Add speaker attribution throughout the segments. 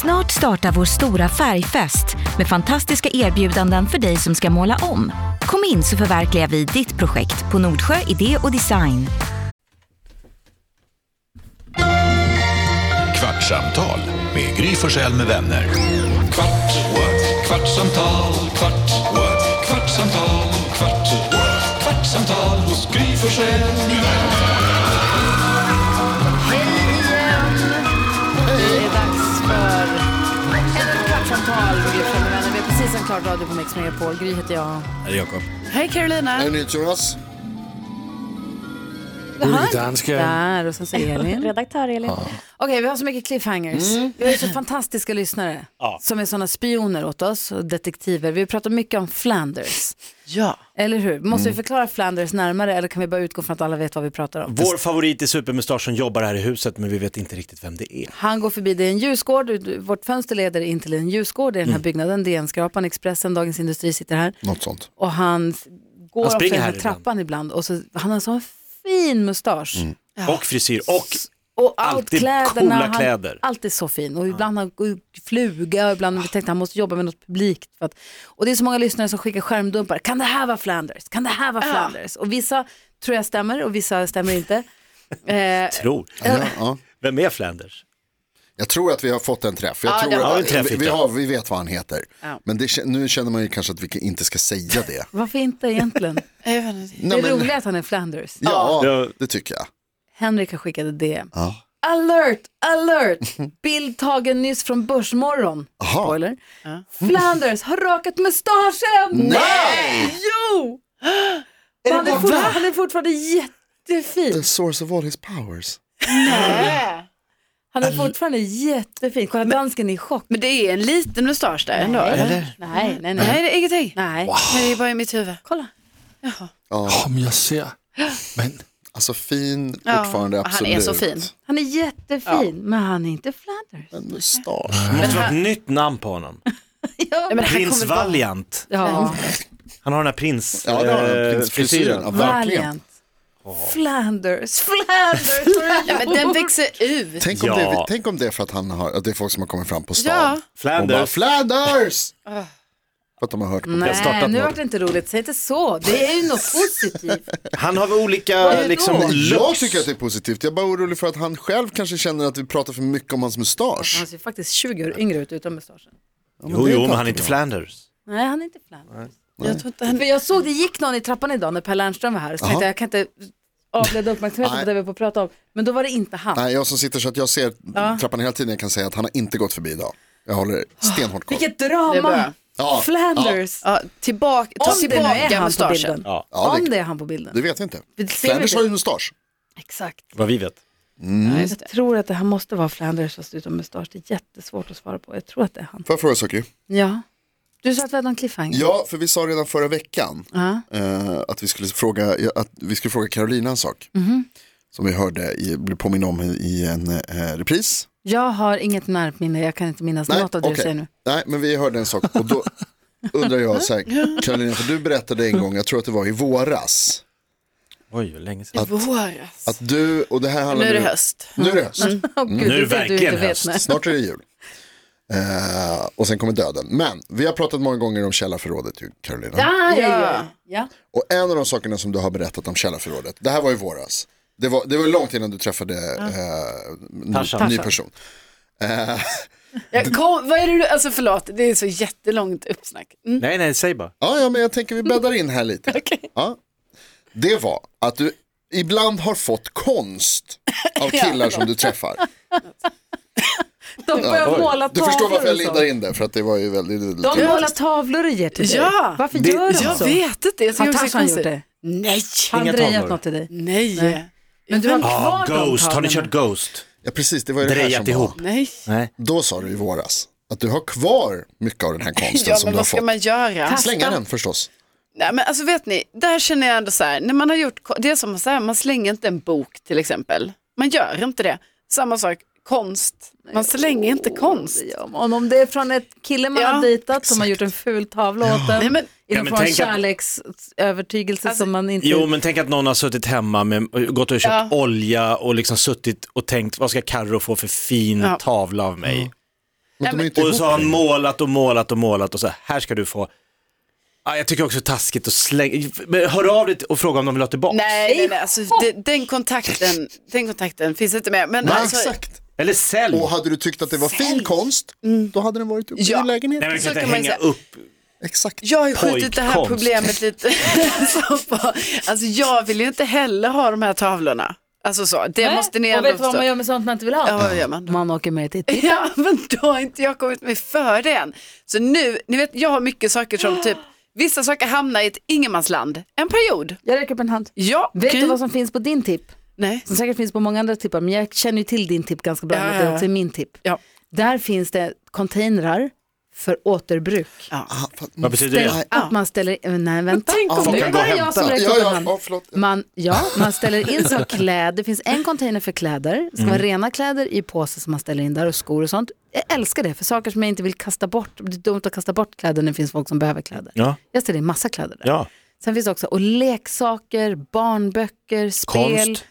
Speaker 1: Snart startar vår stora färgfest med fantastiska erbjudanden för dig som ska måla om. Kom in så förverkligar vi ditt projekt på Nordsjö Idé och Design.
Speaker 2: Kvartsamtal med Gry Forssell med vänner. Kvart, what? kvartsamtal, kvart, what? kvartsamtal, kvart, what? kvartsamtal hos Gry Forssell med vänner.
Speaker 3: Hej igen! Det är dags för ett kvartsamtal. Vi är framme, vänner. Vi är precis en klar radio på Mix Megapol. Gry heter jag.
Speaker 4: Hej Jakob.
Speaker 3: Hej Carolina!
Speaker 5: Hej Jonas.
Speaker 4: Danska.
Speaker 3: Där, och sen så Elin. Okej,
Speaker 6: Redaktör Elin.
Speaker 3: vi har så mycket cliffhangers. Vi har ju så fantastiska lyssnare som är sådana spioner åt oss och detektiver. Vi pratar mycket om Flanders,
Speaker 7: Ja.
Speaker 3: eller hur? Måste vi förklara Flanders närmare eller kan vi bara utgå från att alla vet vad vi pratar om?
Speaker 8: Vår favorit i Supermustaschen jobbar här i huset men vi vet inte riktigt vem det är.
Speaker 3: Han går förbi, det är en ljusgård, Du- vårt fönster leder in till en ljusgård, det är den här byggnaden, DN-skrapan, Expressen, Dagens Industri sitter här.
Speaker 5: Mm. Något sånt.
Speaker 3: Och han f- går
Speaker 8: Han
Speaker 3: han
Speaker 8: springer
Speaker 3: den här
Speaker 8: här ibland.
Speaker 3: trappan ibland. Och så, han har en sån fin mustasch.
Speaker 5: Mm.
Speaker 8: Och frisyr och
Speaker 3: Och allt
Speaker 8: Alltid
Speaker 3: kläderna.
Speaker 8: coola
Speaker 3: han-
Speaker 8: kläder.
Speaker 3: Alltid så fin. Och ibland har han fluga och ibland vi tänkte han måste jobba med något publikt. För att, och det är så många lyssnare som skickar skärmdumpar. Kan det här vara Flanders? Kan det här vara Flanders? Och vissa tror jag stämmer och vissa stämmer inte. Eh,
Speaker 8: tror.
Speaker 5: Ja, ja.
Speaker 8: Vem är Flanders?
Speaker 5: Jag tror att vi har fått en träff. Jag
Speaker 3: Ja, det
Speaker 5: tror
Speaker 8: har vi. Ja,
Speaker 5: att,
Speaker 8: en träff
Speaker 5: vi,
Speaker 8: fick
Speaker 5: vi,
Speaker 8: jag.
Speaker 5: har, vi vet vad han heter.
Speaker 3: Ja.
Speaker 5: Men det, kän- nu känner man ju kanske att vi inte ska säga det.
Speaker 3: varför inte egentligen?
Speaker 7: Jag vet inte.
Speaker 3: Det
Speaker 5: Nej,
Speaker 3: är
Speaker 5: men-
Speaker 3: roligt att han är Flanders.
Speaker 5: Ja,
Speaker 8: Ja.
Speaker 5: det tycker jag.
Speaker 3: Henrik har skickat ett DM.
Speaker 5: Ja.
Speaker 3: Alert, alert! Bild tagen nyss från Börsmorgon.
Speaker 5: Aha.
Speaker 3: Spoiler. Flanders har rakat mustaschen!
Speaker 5: Nej!
Speaker 3: Jo! Han är, fort, han är fortfarande jättefin.
Speaker 5: source of all his powers.
Speaker 3: Han är fortfarande jättefin. Kolla, dansken är i chock.
Speaker 7: Men det är en liten mustasch där ändå.
Speaker 4: Eller?
Speaker 3: Nej, nej,
Speaker 7: Nej,
Speaker 3: nej.
Speaker 7: det är ingenting.
Speaker 3: nej.
Speaker 7: Men det är bara i mitt huvud.
Speaker 3: Kolla.
Speaker 5: Ja,
Speaker 4: Om jag ser. Men
Speaker 5: alltså fin
Speaker 7: Ja,
Speaker 5: fortfarande,
Speaker 7: och han
Speaker 5: absolut.
Speaker 7: är så fin.
Speaker 3: Han är jättefin, men han är inte Flanders.
Speaker 5: En mustasch.
Speaker 8: Jag tror ett nytt namn på honom.
Speaker 3: Ja,
Speaker 7: men- han
Speaker 8: Prins
Speaker 7: kommer vara-
Speaker 8: Valiant.
Speaker 3: ja.
Speaker 8: Han har den här prins,
Speaker 5: Ja, det har
Speaker 8: eh,
Speaker 5: han. Prinsfrisyren. Ja,
Speaker 8: frisyren.
Speaker 5: verkligen.
Speaker 3: Valiant. Flanders, Flanders!
Speaker 7: Ja, men den växer ut.
Speaker 5: Tänk om,
Speaker 8: Ja.
Speaker 5: det, tänk om det är för att han har, att det är folk som har kommit fram på stan.
Speaker 7: Ja.
Speaker 5: Och bara,
Speaker 8: Flanders.
Speaker 5: Flanders! för att de har hört på
Speaker 8: har startat
Speaker 3: Nej, nu
Speaker 8: något.
Speaker 3: vart det inte roligt. Säg inte så. Det är ju något positivt.
Speaker 8: Han har väl olika
Speaker 3: då?
Speaker 8: liksom
Speaker 5: Jag
Speaker 8: looks.
Speaker 5: tycker att det är positivt. Jag är bara orolig för att han själv kanske känner att vi pratar för mycket om hans mustasch.
Speaker 3: Han ser faktiskt 20 år yngre ut utan mustaschen.
Speaker 8: Jo,
Speaker 5: det
Speaker 8: jo, men
Speaker 5: pratar
Speaker 8: han är
Speaker 5: vi
Speaker 8: inte
Speaker 5: om.
Speaker 8: Flanders.
Speaker 3: Nej, han är inte Flanders.
Speaker 7: Jag tror inte han...
Speaker 3: För jag såg, det gick någon i trappan idag när Per Lernström var här. Så tänkte jag, jag kan inte avleda uppmärksamheten på det
Speaker 5: Nej.
Speaker 3: vi är på att prata om. Men då var det inte han.
Speaker 5: Nej, jag som sitter så att jag ser trappan hela tiden jag kan säga att han har inte gått förbi idag. Jag håller stenhårt koll.
Speaker 3: Vilket
Speaker 7: Det är bra.
Speaker 3: drama!
Speaker 5: Ja,
Speaker 3: Flanders!
Speaker 7: Ja, tillbaka, ta
Speaker 3: Om det nu är
Speaker 7: tillbaka
Speaker 3: han på bilden.
Speaker 7: mustaschen.
Speaker 8: Ja.
Speaker 5: Ja, det-
Speaker 3: Om det är han på bilden.
Speaker 5: Det vet jag inte.
Speaker 3: Det ser vi
Speaker 5: Flanders
Speaker 3: inte.
Speaker 5: har ju mustasch.
Speaker 3: Exakt.
Speaker 8: Vad vi vet.
Speaker 5: Mm.
Speaker 7: Ja, just det.
Speaker 3: Jag tror att det här måste vara Flanders fast utan mustasch. Det är jättesvårt att svara på. Jag tror att det är han.
Speaker 5: Får jag fråga en sak? ju?
Speaker 3: Ja. Du sa att vi hade en cliffhanger.
Speaker 5: Ja, för vi sa redan förra veckan
Speaker 3: Ja.
Speaker 5: eh, att, vi skulle fråga, ja, att vi skulle fråga Carolina en sak. Som vi hörde, i, blev påminna om i en eh, repris.
Speaker 3: Jag har inget närminne. Jag kan inte minnas något av det du
Speaker 5: okej.
Speaker 3: säger nu.
Speaker 5: Nej, men vi hörde en sak och då undrar jag så här, Carolina, för du berättade en gång, jag tror att det var i våras,
Speaker 8: Oj, hur länge
Speaker 7: I
Speaker 8: sedan.
Speaker 7: våras.
Speaker 5: att du, och det här handlar
Speaker 7: Nu är det höst.
Speaker 5: Nu är det höst.
Speaker 3: Åh, Gud,
Speaker 8: Mm. Nu är
Speaker 3: det
Speaker 8: det
Speaker 3: du inte
Speaker 8: verkligen
Speaker 3: vet,
Speaker 8: höst.
Speaker 3: nej.
Speaker 5: Snart är det jul. Eh, och sen kommer döden. Men vi har pratat många gånger om källarförrådet, ju, Carolina.
Speaker 3: Ja,
Speaker 7: Ah, Ja.
Speaker 3: ja.
Speaker 5: Och en av de sakerna som du har berättat om källarförrådet, det här var i våras. Det var, det var långt innan du träffade eh,
Speaker 8: Tarzan.
Speaker 5: ny, ny person.
Speaker 7: Jag kom, vad är det du, alltså förlåt, det är så jättelångt uppsnack. Mm.
Speaker 8: Nej, nej, säg bara.
Speaker 5: Ja, ja, men jag tänker vi bäddar in här lite. Ja. Det var att du ibland har fått konst av killar som du träffar.
Speaker 3: De börjar måla
Speaker 5: Du
Speaker 3: tavlor
Speaker 5: förstår varför jag
Speaker 3: och sånt.
Speaker 5: lindar in det, för att det var ju väldigt...
Speaker 3: De målar tavlor och ger till dig.
Speaker 7: Ja.
Speaker 3: Varför gör de
Speaker 7: Jag
Speaker 3: så?
Speaker 7: vet inte,
Speaker 3: Har
Speaker 7: jag tycker också
Speaker 3: Tarzan
Speaker 7: konstigt.
Speaker 3: gjort det?
Speaker 7: Nej,
Speaker 3: Har
Speaker 8: Inga
Speaker 3: han drejat
Speaker 8: tavlor.
Speaker 3: något till dig?
Speaker 7: nej,
Speaker 3: Nej.
Speaker 7: nej.
Speaker 3: Men du har kvar
Speaker 8: Ah,
Speaker 3: de
Speaker 8: Ghost, har ni
Speaker 3: tavlorna.
Speaker 8: kört Ghost?
Speaker 5: Ja, precis, det var ju det här
Speaker 8: Drejat
Speaker 5: som var.
Speaker 8: ihop. Nej.
Speaker 5: Då sa du i våras att du har kvar mycket av den här konsten
Speaker 7: Ja,
Speaker 5: som
Speaker 7: men
Speaker 5: du har
Speaker 7: vad ska
Speaker 5: fått.
Speaker 7: man göra?
Speaker 5: Slänga den förstås.
Speaker 7: Nej, men alltså vet ni, där känner jag ändå så här, när man har gjort, ko- det är som så här, man slänger inte en bok till exempel. Man gör inte det. Samma sak, konst. Man slänger inte konst.
Speaker 3: Ja, men Om det är från ett kille man
Speaker 7: Ja,
Speaker 3: har dejtat som har gjort en ful tavla åt en.
Speaker 7: Nej, men-
Speaker 3: I
Speaker 8: Ja,
Speaker 3: någon
Speaker 8: men
Speaker 3: form av
Speaker 8: tänk att-
Speaker 3: kärleksövertygelse
Speaker 7: Alltså,
Speaker 3: som man inte...
Speaker 8: Jo, men tänk att någon har suttit hemma, med, gått och köpt
Speaker 7: Ja.
Speaker 8: olja och liksom suttit och tänkt, vad ska Carro få för fin
Speaker 7: Ja.
Speaker 8: tavla av mig?
Speaker 5: Men de är inte
Speaker 8: Och
Speaker 5: ihop
Speaker 8: så har han
Speaker 5: längre.
Speaker 8: målat och målat och målat och så här, här ska du få. Ja, jag tycker också det är taskigt att slänga, men hör av dig och fråga om de vill ha tillbaka.
Speaker 7: Nej, nej, nej. Alltså, de, den, kontakten, den kontakten finns inte med. Men
Speaker 5: Nej,
Speaker 7: alltså,
Speaker 5: exakt.
Speaker 8: Eller sälj.
Speaker 5: Och hade du tyckt att det var fin konst, då hade den varit uppe
Speaker 7: Ja.
Speaker 5: i lägenheten.
Speaker 8: Nej, men vi
Speaker 7: så
Speaker 8: kan inte
Speaker 7: kan man
Speaker 8: hänga
Speaker 7: säga.
Speaker 8: upp.
Speaker 5: Exakt.
Speaker 7: Jag har ju skjutit
Speaker 8: Pojkkonst.
Speaker 7: det här problemet lite. så på, alltså, jag vill ju inte heller ha de här tavlorna. Alltså så, det
Speaker 3: Nej,
Speaker 7: måste ni
Speaker 3: Och
Speaker 7: ändå
Speaker 3: vet du vad man gör med sånt man inte vill ha?
Speaker 7: Ja, vad gör man då?
Speaker 3: Man åker med till titt.
Speaker 7: Ja, men då har inte jag kommit mig för det än. Så nu, ni vet, jag har mycket saker som typ, vissa saker hamnar i ett ingenmansland en period.
Speaker 3: Jag räcker upp en hand.
Speaker 7: Ja,
Speaker 3: Vet
Speaker 7: gud.
Speaker 3: du vad som finns på din tipp?
Speaker 7: Nej.
Speaker 3: Som säkert finns på många andra tippar, men jag känner ju till din tipp ganska bra.
Speaker 7: Ja,
Speaker 3: men
Speaker 7: ja,
Speaker 3: Det är
Speaker 7: ja.
Speaker 3: också min tipp.
Speaker 7: Ja.
Speaker 3: Där finns det containrar för återbruk.
Speaker 5: Ah, fan.
Speaker 8: Vad betyder det?
Speaker 5: Nej.
Speaker 3: Att man ställer, eh, nej vänta.
Speaker 7: Tänk om
Speaker 3: Det
Speaker 7: Folk
Speaker 5: Ah.
Speaker 8: kan gå och
Speaker 3: var jag
Speaker 8: hämta.
Speaker 3: som
Speaker 5: Ja,
Speaker 3: räckte upp en
Speaker 5: ja,
Speaker 3: hand.
Speaker 5: ja, förlåt.
Speaker 3: Man, ja, man ställer in som kläder. Det finns en container för kläder. Det ska vara rena kläder i påse som man ställer in där och skor och sånt. Jag älskar det för saker som jag inte vill kasta bort. Det är dumt att kasta bort kläder när det finns folk som behöver kläder.
Speaker 8: Ja,
Speaker 3: Jag ställer in massa kläder där.
Speaker 8: ja.
Speaker 3: Sen finns det också och leksaker, barnböcker, spel,
Speaker 8: konst.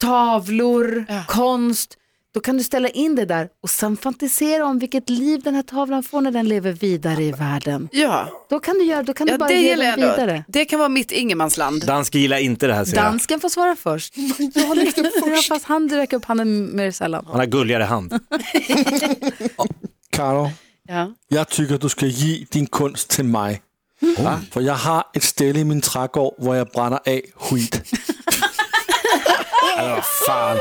Speaker 3: tavlor,
Speaker 7: Ja.
Speaker 3: konst. Då kan du ställa in det där och sen fantisera om vilket liv den här tavlan får när den lever vidare i världen.
Speaker 7: Ja,
Speaker 3: Då kan du, göra, då kan
Speaker 7: ja
Speaker 3: du bara
Speaker 7: det
Speaker 3: ge
Speaker 7: gillar
Speaker 3: den
Speaker 7: jag ändå.
Speaker 3: vidare.
Speaker 7: Det kan vara mitt ingenmansland.
Speaker 8: Dansk gillar inte det här ser jag.
Speaker 3: Dansken får svara först. Jag räckte upp först. Fast han räcker upp handen mer sällan.
Speaker 8: Han har gulligare hand.
Speaker 4: Karo,
Speaker 7: Ja.
Speaker 4: jeg tycker du skal give din kunst til mig. For jeg har et sted i min trægård, hvor jeg brænder af skit.
Speaker 8: Alltså, vad fan.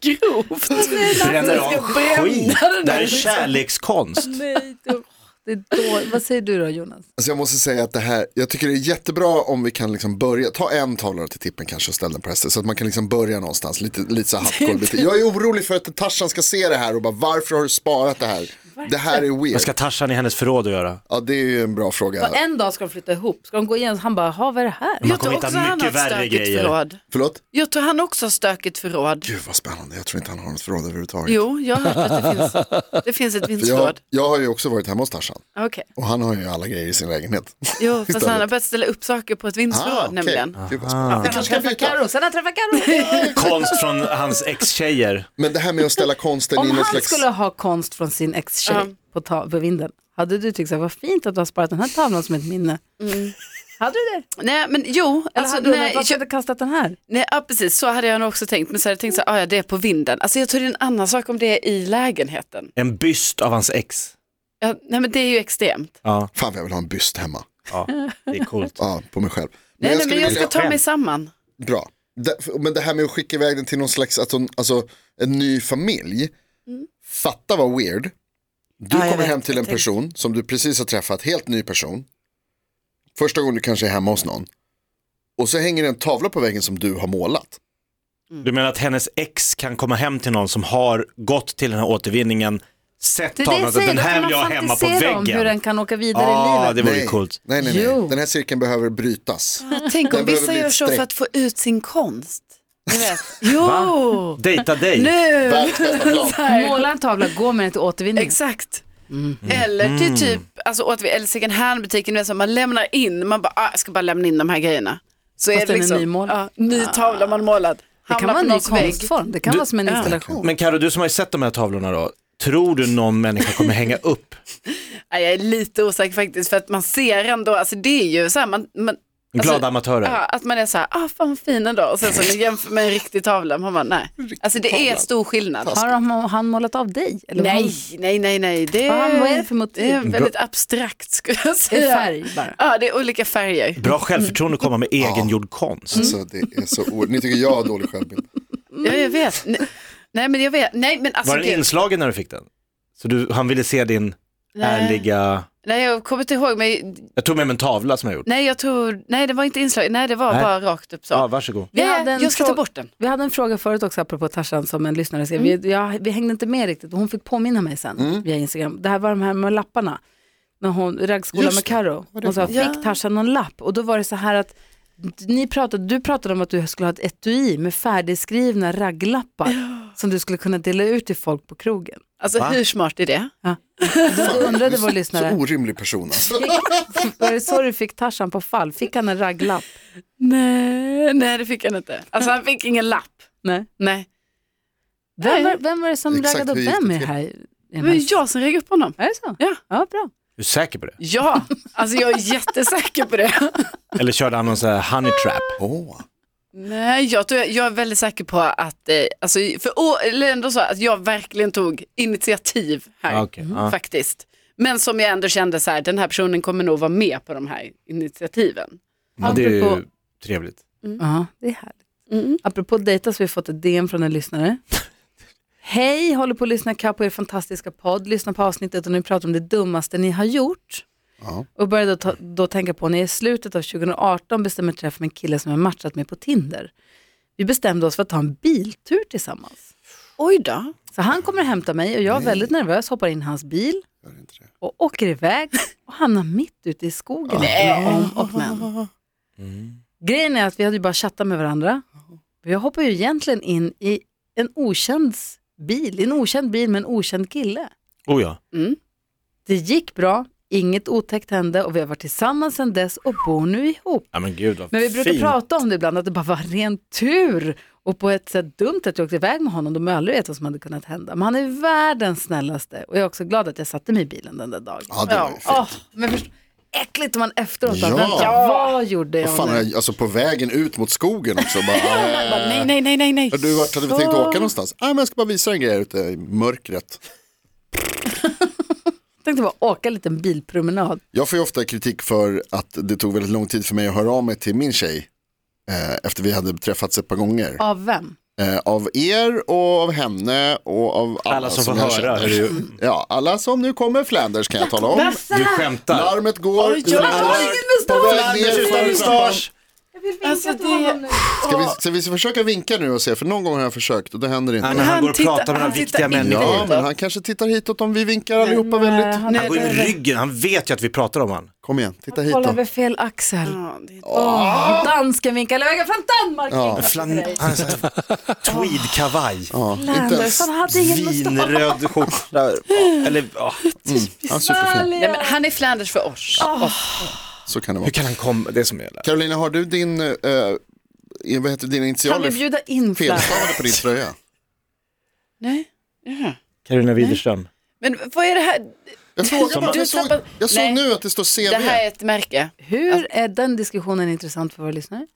Speaker 7: Grovt.
Speaker 8: Bränner av
Speaker 7: bränna
Speaker 8: skit. Det här är kärlekskonst.
Speaker 3: Nej, då, det är då. Vad säger du då Jonas?
Speaker 5: Alltså jag måste säga att det här, jag tycker det är jättebra om vi kan liksom börja, ta en talare till tippen kanske och ställ den på hästen så att man kan liksom börja någonstans, lite, lite så här hackgolv. lite. Jag är orolig för att Tarzan ska se det här och bara varför har du sparat det här? Det här är
Speaker 8: Vad
Speaker 5: weird.
Speaker 8: ska Tarzan i hennes förråd att göra?
Speaker 5: Ja det är ju en bra
Speaker 3: På
Speaker 5: fråga.
Speaker 3: en dag ska de flytta ihop. Ska de gå igen? Han bara, ha vad är det här?
Speaker 7: Jag
Speaker 8: kommer
Speaker 7: tror
Speaker 8: hitta
Speaker 7: också han har
Speaker 8: mycket
Speaker 7: ett
Speaker 8: värre
Speaker 7: stökigt
Speaker 8: grejer.
Speaker 7: förråd.
Speaker 5: Förlåt?
Speaker 7: Jag tror han också har stökigt förråd.
Speaker 5: Gud vad spännande, jag tror inte han har något förråd överhuvudtaget.
Speaker 7: Jo, jag har hört att det finns, det finns ett
Speaker 5: För jag,
Speaker 7: vinstförråd.
Speaker 5: jag har ju också varit hemma hos Tarzan
Speaker 7: Okej.
Speaker 5: och han har ju alla grejer i sin lägenhet.
Speaker 7: Jo, fast
Speaker 5: Istället. Ah,
Speaker 7: han har börjat ställa upp saker på ett
Speaker 8: Ah,
Speaker 7: vinstförråd
Speaker 5: okej.
Speaker 7: nämligen.
Speaker 5: Gud, vad spännande. Det kanske kan
Speaker 3: Träffa
Speaker 5: byta.
Speaker 3: Carro, sen har jag träffat Carro.
Speaker 8: Konst från hans ex-tjejer.
Speaker 5: Men det här med att ställa konsten i
Speaker 3: Om
Speaker 5: någon
Speaker 3: han
Speaker 5: slags...
Speaker 3: skulle ha konst från sin ex-tjej
Speaker 7: Ja.
Speaker 3: på, ta- på vinden, hade du tyckt så här, vad fint att du har sparat den här tavlan som ett minne? Hade du det?
Speaker 7: Nej, men jo,
Speaker 3: Eller
Speaker 7: alltså,
Speaker 3: hade du
Speaker 7: nej,
Speaker 3: Mm. nej,
Speaker 7: jag,
Speaker 3: kastat den här?
Speaker 7: nej, ja, precis så hade jag nog också tänkt. Men så hade jag tänkt så här, ah, ja, det är på vinden. Alltså jag tror det är en annan sak om det är i lägenheten.
Speaker 8: En byst av hans ex.
Speaker 7: Ja, nej, men det är ju extremt.
Speaker 8: Ja,
Speaker 5: Fan vad jag vill ha en byst hemma.
Speaker 8: ja det är coolt.
Speaker 5: Ja, på mig själv.
Speaker 7: Nej, nej,
Speaker 5: skulle
Speaker 7: men jag
Speaker 5: vilja-
Speaker 7: ska ta mig samman.
Speaker 5: Bra. Det- Men det här med att skicka iväg den till någon slags, att hon, alltså en ny familj. Fatta vad weird. Du
Speaker 7: Ja, jag
Speaker 5: kommer
Speaker 7: vet.
Speaker 5: hem till en
Speaker 7: Jag tänkte-
Speaker 5: person som du precis har träffat, helt ny person. Första gången du kanske är hemma hos någon. Och så hänger det en tavla på väggen som du har målat.
Speaker 8: Du menar att hennes ex kan komma hem till någon som har gått till den här återvinningen, sett tavlan och sagt, den här vill jag ha hemma på
Speaker 3: om hur den
Speaker 8: väggen. Ah.
Speaker 3: kan åka vidare i
Speaker 8: Ja,
Speaker 3: livet.
Speaker 8: det vore ju coolt.
Speaker 5: nej, nej, nej.
Speaker 3: Jo.
Speaker 5: Den här cirkeln behöver brytas.
Speaker 7: Tänk
Speaker 5: Den
Speaker 7: om
Speaker 5: behöver
Speaker 7: vissa
Speaker 5: bli
Speaker 7: gör
Speaker 5: ett
Speaker 7: så
Speaker 5: streck.
Speaker 7: för att få ut sin konst. Ni vet. Jo,
Speaker 8: Dejta dig.
Speaker 3: Mm.
Speaker 7: nu.
Speaker 5: Världens bästa plan.
Speaker 3: Oh. Måla en tavla, gå med den till återvinning.
Speaker 7: Exakt.
Speaker 3: Mm.
Speaker 7: Eller till typ, alltså åter eller second hand butiken, du vet, så man lämnar in, man bara, ah, jag ska bara lämna in de här grejerna. Så
Speaker 3: Fast
Speaker 7: är det
Speaker 3: den är
Speaker 7: liksom,
Speaker 3: nymålad. Ah.
Speaker 7: Ja, ny tavla man målat.
Speaker 3: det kan
Speaker 7: Hamnar
Speaker 3: vara en
Speaker 7: på
Speaker 3: ny
Speaker 7: någons vägg.
Speaker 3: konstform, det kan
Speaker 8: Du-
Speaker 3: vara som en
Speaker 7: Ja.
Speaker 3: installation.
Speaker 8: Men Karo, du som har ju sett de här tavlorna då, tror du någon människa kommer hänga upp?
Speaker 7: Nej, jag är lite osäker faktiskt, för att man ser ändå, alltså det är ju så här, man, man
Speaker 8: Glada
Speaker 7: alltså,
Speaker 8: amatörer.
Speaker 7: Ja, att man är så här, ah fan vad fin ändå, och sen så jämför med en riktig tavla, man bara nej. Alltså det är stor skillnad.
Speaker 3: Har han, han målat av dig? Eller vad
Speaker 7: Nej,
Speaker 3: han-
Speaker 7: nej, nej, nej. Det
Speaker 3: Fan, vad är det för motiv?
Speaker 7: Det är väldigt abstrakt skulle jag
Speaker 3: Det
Speaker 7: säga.
Speaker 3: är färg bara. Mm.
Speaker 7: Ja, det är olika färger.
Speaker 8: Bra självförtroende att komma med egengjord konst.
Speaker 5: Alltså, det är så o- Ni tycker jag har dålig självbild.
Speaker 7: Ja, jag vet. Nej, nej, men jag vet. Nej, men alltså.
Speaker 8: Var den
Speaker 7: det-
Speaker 8: inslagen när du fick den? Så du, han ville se din ärliga...
Speaker 7: Nej, jag kommer inte ihåg. Men,
Speaker 8: Jag tog med mig en tavla som jag gjort.
Speaker 7: nej, jag tror, nej, det var inte inslag. Nej, det var
Speaker 8: Nej.
Speaker 7: bara rakt upp så.
Speaker 8: Ja, varsågod.
Speaker 3: Vi
Speaker 7: Nej,
Speaker 3: hade en
Speaker 7: jag ska ta
Speaker 3: fråga-
Speaker 7: bort den.
Speaker 3: Vi hade en fråga förut också apropå Tarzan som en lyssnare skrev.
Speaker 5: Mm.
Speaker 3: Vi, jag, vi hängde inte med riktigt och hon fick påminna mig sen via Instagram. Det här var de här med lapparna. När hon raggskola
Speaker 5: Just
Speaker 3: med
Speaker 5: det.
Speaker 3: Karo. Hon sa, fick Tarzan någon lapp? Och då var det så här att ni pratade, du pratade om att du skulle ha ett etui med färdigskrivna ragglappar som du skulle kunna dela ut till folk på krogen.
Speaker 7: Alltså
Speaker 8: Va?
Speaker 7: hur smart är det?
Speaker 3: Då undrade vår
Speaker 5: Så
Speaker 3: lyssnare,
Speaker 5: orimlig person alltså.
Speaker 3: var det så du fick Tarzan på fall? Fick han en ragglapp?
Speaker 7: Nej, nej det fick han inte. Alltså han fick ingen lapp.
Speaker 3: Nej.
Speaker 7: Nej.
Speaker 3: Vem var, vem var det som
Speaker 5: Exakt,
Speaker 3: raggade upp
Speaker 5: hur gick
Speaker 3: vem
Speaker 5: det
Speaker 3: i det
Speaker 5: till?
Speaker 3: här?
Speaker 7: Det var ju jag som ringde upp honom.
Speaker 3: Är det så?
Speaker 7: Ja.
Speaker 3: Ja, bra.
Speaker 8: Du är säker på det?
Speaker 7: ja, alltså jag är jättesäker på det.
Speaker 8: Eller körde han någon sån här honey trap?
Speaker 5: Åh.
Speaker 7: Nej, jag, tror, jag är väldigt säker på att, eh, alltså, för, å- eller ändå så att jag verkligen tog initiativ här,
Speaker 8: Ah, okej. Ah.
Speaker 7: faktiskt. Men som jag ändå kände så här, den här personen kommer nog vara med på de här initiativen.
Speaker 8: Ja, det är ju
Speaker 3: Apropå-
Speaker 8: trevligt.
Speaker 3: Ja, det är härligt. Apropå dejta så har vi fått ett DM från en lyssnare. Hej, håller på att lyssna kapp på er fantastiska podd. Lyssna på avsnittet och ni pratar om det dummaste ni har gjort.
Speaker 5: Ja.
Speaker 3: Och började då, ta, då tänka på när jag i slutet av 2018 bestämmer träff med en kille som jag matchat med på Tinder. Vi bestämde oss för att ta en biltur tillsammans.
Speaker 7: Oj då.
Speaker 3: Så han kommer och hämtar mig och jag är väldigt nervös, hoppar in i hans bil
Speaker 5: Gör inte det.
Speaker 3: och åker iväg och hamnar mitt ute i skogen. Om och men.
Speaker 5: Mm.
Speaker 3: Grejen är att vi hade ju bara chattat med varandra. Men Jag hoppar ju egentligen in i en okänds bil, i en okänd bil med en okänd kille.
Speaker 8: Oh ja.
Speaker 3: Det gick bra, inget otäckt hände och vi har varit tillsammans sedan dess och bor nu ihop.
Speaker 8: ja, men gud vad
Speaker 3: Men vi brukar
Speaker 8: fint.
Speaker 3: prata om det ibland, att det bara var ren tur. Och på ett sätt dumt att jag åkte iväg med honom, de har aldrig vet vad som hade kunnat hända. Men han är världens snällaste och jag är också glad att jag satte mig i bilen den där dagen.
Speaker 5: Ja, det var ju fint.
Speaker 3: Åh, men först, äckligt om man efteråt bara,
Speaker 5: Ja.
Speaker 3: vänta, vad gjorde jag
Speaker 5: Vad fan,
Speaker 3: nu?
Speaker 5: jag, alltså på vägen ut mot skogen också. Bara, äh,
Speaker 7: Bara, nej, nej, nej, nej, nej.
Speaker 5: har du vart hade vi tänkt åka någonstans? Äh, men jag ska bara visa en grej här ute i mörkret.
Speaker 3: Jag tänkte bara åka en liten bilpromenad.
Speaker 5: Jag får ju ofta kritik för att det tog väldigt lång tid för mig att höra av mig till min tjej. Eh, efter vi hade träffats ett par gånger.
Speaker 3: Av vem?
Speaker 5: Eh, av er och av henne och av alla,
Speaker 8: Alla som får
Speaker 5: jag
Speaker 8: höra.
Speaker 5: känner. Ja, alla som nu kommer Flanders kan jag tala om.
Speaker 8: Du skämtar.
Speaker 5: Larmet går.
Speaker 7: Oj, jag har
Speaker 5: På väg
Speaker 8: Anders
Speaker 5: ner
Speaker 8: utan
Speaker 5: för trappan.
Speaker 8: mustasch.
Speaker 7: Alltså, det,
Speaker 5: Ska vi, ska vi försöka vinka nu och se? För någon gång har jag försökt och det händer inte.
Speaker 8: Nej, men han
Speaker 7: Han
Speaker 8: går och
Speaker 7: tittar-
Speaker 8: pratar med
Speaker 7: han
Speaker 8: några viktiga
Speaker 7: tittar in i
Speaker 8: människor.
Speaker 5: Ja, men han kanske tittar hitåt om vi vinkar allihopa väldigt.
Speaker 3: Han
Speaker 8: Han går in i ryggen, han vet ju att vi pratar om han.
Speaker 5: Kom igen, titta hit
Speaker 3: kollar över
Speaker 5: då.
Speaker 3: fel axel.
Speaker 7: ja, det,
Speaker 3: Åh, Dansken vinkar hela vägen från Danmark.
Speaker 5: Ja.
Speaker 8: Flan... Han är så här tweedkavaj,
Speaker 5: Ja, inte
Speaker 3: Flanders,
Speaker 5: ens.
Speaker 3: han hade ingen mustasch.
Speaker 8: vinröd skjorta. Eller, ja,
Speaker 5: Ja, superfin.
Speaker 7: nej, men han är Flanders för oss.
Speaker 5: Så kan det vara.
Speaker 8: hur kan han komma? Det är som är
Speaker 5: Karolina, har du din, eh, eh, vad heter dina
Speaker 3: Kan vi
Speaker 5: initialer
Speaker 3: bjuda in Flanders?
Speaker 5: felstavade på din tröja?
Speaker 7: Nej. Ja.
Speaker 8: Karolina Widerström.
Speaker 7: Men vad är det här?
Speaker 5: Jag såg,
Speaker 7: Som-
Speaker 5: jag,
Speaker 7: Du
Speaker 5: såg,
Speaker 7: tappade-
Speaker 5: jag såg
Speaker 7: Nej.
Speaker 5: nu att det står CV.
Speaker 7: Det här är ett märke.
Speaker 3: Hur är den diskussionen intressant för våra lyssnare?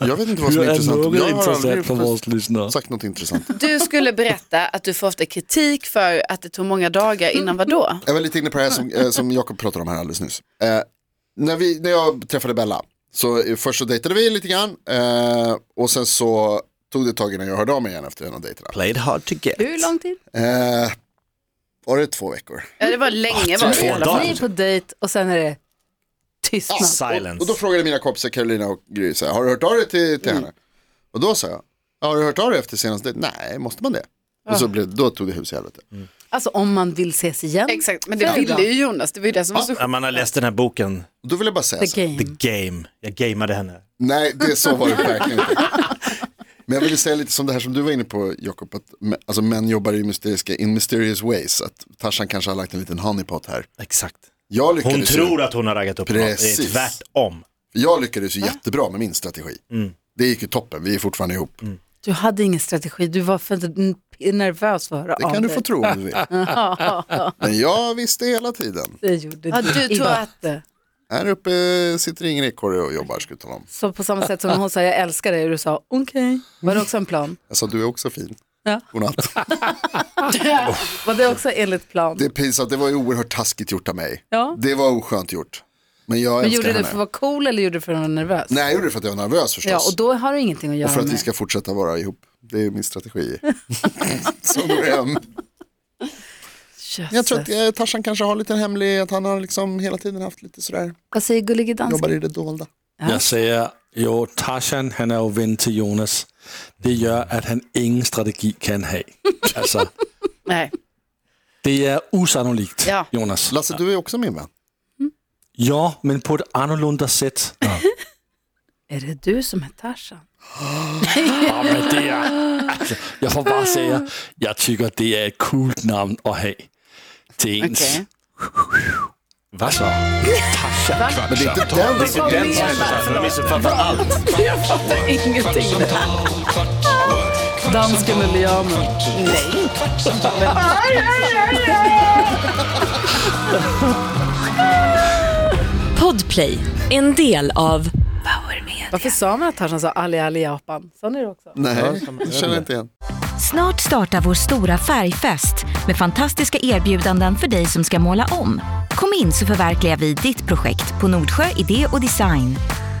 Speaker 5: Jag vet inte vad
Speaker 4: Hur
Speaker 5: som är
Speaker 4: är
Speaker 5: intressant. Jag
Speaker 4: något
Speaker 5: har aldrig
Speaker 4: intressant för oss lyssnare?
Speaker 5: sagt något intressant.
Speaker 7: Du skulle berätta att du får ofta kritik för att det tog många dagar innan vadå?
Speaker 5: Jag var lite inne på det här som, eh, som Jakob pratade om här alldeles nyss. Eh, när, vi, när jag träffade Bella, så eh, först så dejtade vi lite grann eh, och sen så tog det ett tag innan jag hörde av mig igen efter en av dejterna.
Speaker 8: Played hard to get.
Speaker 3: Hur lång tid?
Speaker 5: Eh, var det två veckor?
Speaker 7: Ja, det var länge var det i alla
Speaker 8: dagar.
Speaker 7: fall.
Speaker 3: Ni är på dejt och sen är det tystnad.
Speaker 5: Och då
Speaker 8: Silence.
Speaker 5: frågade mina kompisar Carolina och Gry, så här, har du hört av dig till,
Speaker 8: Mm.
Speaker 5: till henne? Och då sa jag, har du hört av dig efter senaste dejten? Nej, måste man det? Och så blev, då tog det hus i helvete.
Speaker 8: Mm.
Speaker 3: Alltså om man vill ses igen.
Speaker 7: Exakt, men det ville ju Jonas, det var ju det som var så
Speaker 8: När man har läst den här boken,
Speaker 5: Och då vill jag bara säga
Speaker 3: The
Speaker 5: så här,
Speaker 3: game.
Speaker 8: The Game. Jag gameade henne.
Speaker 5: Nej, det så var det verkligen inte. Men jag ville säga lite som det här som du var inne på Jakob, att mä- alltså, män jobbar i mysteriska, in mysterious ways. Att Tarzan kanske har lagt en liten honeypot här.
Speaker 8: Exakt.
Speaker 5: Jag
Speaker 8: Hon
Speaker 5: lyckades, ju,
Speaker 8: tror att hon har raggat upp honom. Det är
Speaker 5: Precis.
Speaker 8: tvärtom.
Speaker 5: jag lyckades ju jättebra med min strategi.
Speaker 8: Mm.
Speaker 5: Det gick ju toppen, vi är fortfarande ihop.
Speaker 3: Du hade ingen strategi, du var för n- nervös för att höra
Speaker 5: Det kan
Speaker 3: av
Speaker 5: du
Speaker 3: dig.
Speaker 5: få tro om du vill. Men jag visste hela tiden.
Speaker 3: Det gjorde
Speaker 7: Ja, du tror att-
Speaker 3: inte.
Speaker 5: Här uppe sitter ingen ekorre och jobbar, skulle jag tala om.
Speaker 3: Så på samma sätt som hon sa jag älskar dig och du sa okej. Var det också en plan?
Speaker 5: Jag sa, du är också fin.
Speaker 3: Ja.
Speaker 5: Godnatt.
Speaker 3: Var det också enligt plan?
Speaker 5: Det är pinsamt, det var ju oerhört taskigt gjort av mig.
Speaker 3: Ja.
Speaker 5: Det var oskönt gjort. Men jag
Speaker 3: Men
Speaker 5: älskar
Speaker 3: gjorde du det
Speaker 5: henne.
Speaker 3: för att vara cool eller gjorde du det för att vara nervös?
Speaker 5: Nej, jag gjorde det för att jag var nervös förstås.
Speaker 3: Ja, och då har du ingenting att göra
Speaker 5: Och för att
Speaker 3: med.
Speaker 5: vi ska fortsätta vara ihop. Det är min strategi. Som rem. Jag tror att eh, Tarzan kanske har lite hemlig, att han har liksom hela tiden haft lite sådär,
Speaker 3: Vad säger gullige dansk?
Speaker 5: jobbar i det dolda.
Speaker 4: Jeg siger, jo, Tarzan, han er jo ven til Jonas. Det gør, at han ingen strategi kan have. Altså,
Speaker 7: Nej.
Speaker 4: det er usannolikt,
Speaker 7: Ja.
Speaker 4: Jonas.
Speaker 5: Lasse, du är också min vän.
Speaker 4: Jo, men på et anderledes sæt.
Speaker 3: Är det du som är Tarzan?
Speaker 4: Ja, men det er... Altså, jeg får bare sige, jeg tykker, det er et cool navn at have til ens.
Speaker 7: Okej.
Speaker 4: Hvad så?
Speaker 5: Men det är inte den
Speaker 8: Det är den som är missuppfattad.
Speaker 2: Kvart, what? kvartsamtal, kvart, what?
Speaker 3: Dansken med lianen.
Speaker 6: Podplay, en del av
Speaker 3: Varför sa man att Tarzan sa Ali Ali Japan? Sa ni det också?
Speaker 5: Nej, jag känner inte igen.
Speaker 1: Snart startar vår stora färgfest med fantastiska erbjudanden för dig som ska måla om. Kom in så förverkligar vi ditt projekt på Nordsjö Idé och Design.